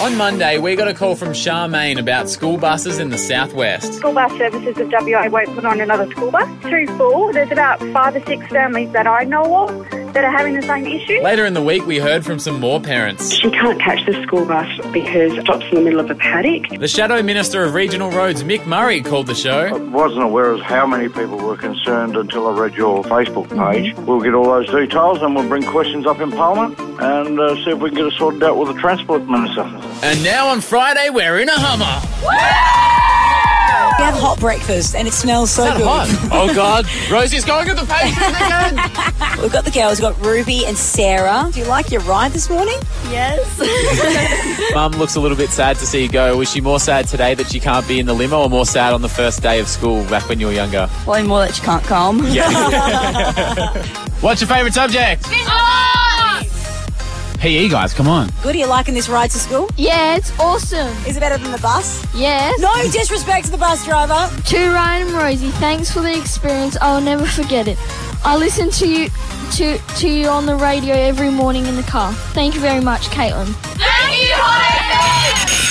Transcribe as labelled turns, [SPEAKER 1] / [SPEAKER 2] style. [SPEAKER 1] On Monday, we got a call from Charmaine about school buses in the southwest.
[SPEAKER 2] School bus services of WA won't put on another school bus. Through full, there's about five or six families that I know of that are having the same issue.
[SPEAKER 1] Later in the week, we heard from some more parents.
[SPEAKER 3] She can't catch the school bus because it stops in the middle of a paddock.
[SPEAKER 1] The Shadow Minister of Regional Roads, Mick Murray, called the show.
[SPEAKER 4] wasn't aware of how many people were concerned until I read your Facebook page. We'll get all those details and we'll bring questions up in Parliament and uh, see if we can get it sorted out with the Transport Minister.
[SPEAKER 1] And now on Friday, we're in a Hummer.
[SPEAKER 5] We have hot breakfast and it smells so
[SPEAKER 1] That
[SPEAKER 5] good.
[SPEAKER 1] hot. Oh, God. Rosie's going at the pages again.
[SPEAKER 5] We've got the girls, we've got Ruby and Sarah. Do you like your ride this morning?
[SPEAKER 1] Mum looks a little bit sad to see you go. Was she more sad today that she can't be in the limo or more sad on the first day of school back when you were younger?
[SPEAKER 6] Probably more that you can't calm.
[SPEAKER 1] What's your favourite subject? PE, guys, come on.
[SPEAKER 5] Good, are you liking this ride to school?
[SPEAKER 7] Yeah, it's awesome.
[SPEAKER 5] Is it better than the bus?
[SPEAKER 7] Yes.
[SPEAKER 5] No disrespect to the bus driver.
[SPEAKER 7] To Ryan and Rosie, thanks for the experience. I'll never forget it. I listen to you to to you on the radio every morning in the car. Thank you very much, Caitlin. Thank you,